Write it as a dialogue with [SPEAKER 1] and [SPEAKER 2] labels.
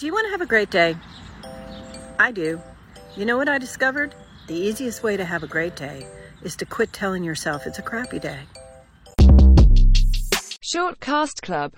[SPEAKER 1] Do you want to have a great day? I do. You know what I discovered? The easiest way to have a great day is to quit telling yourself it's a crappy day.
[SPEAKER 2] Shortcast Club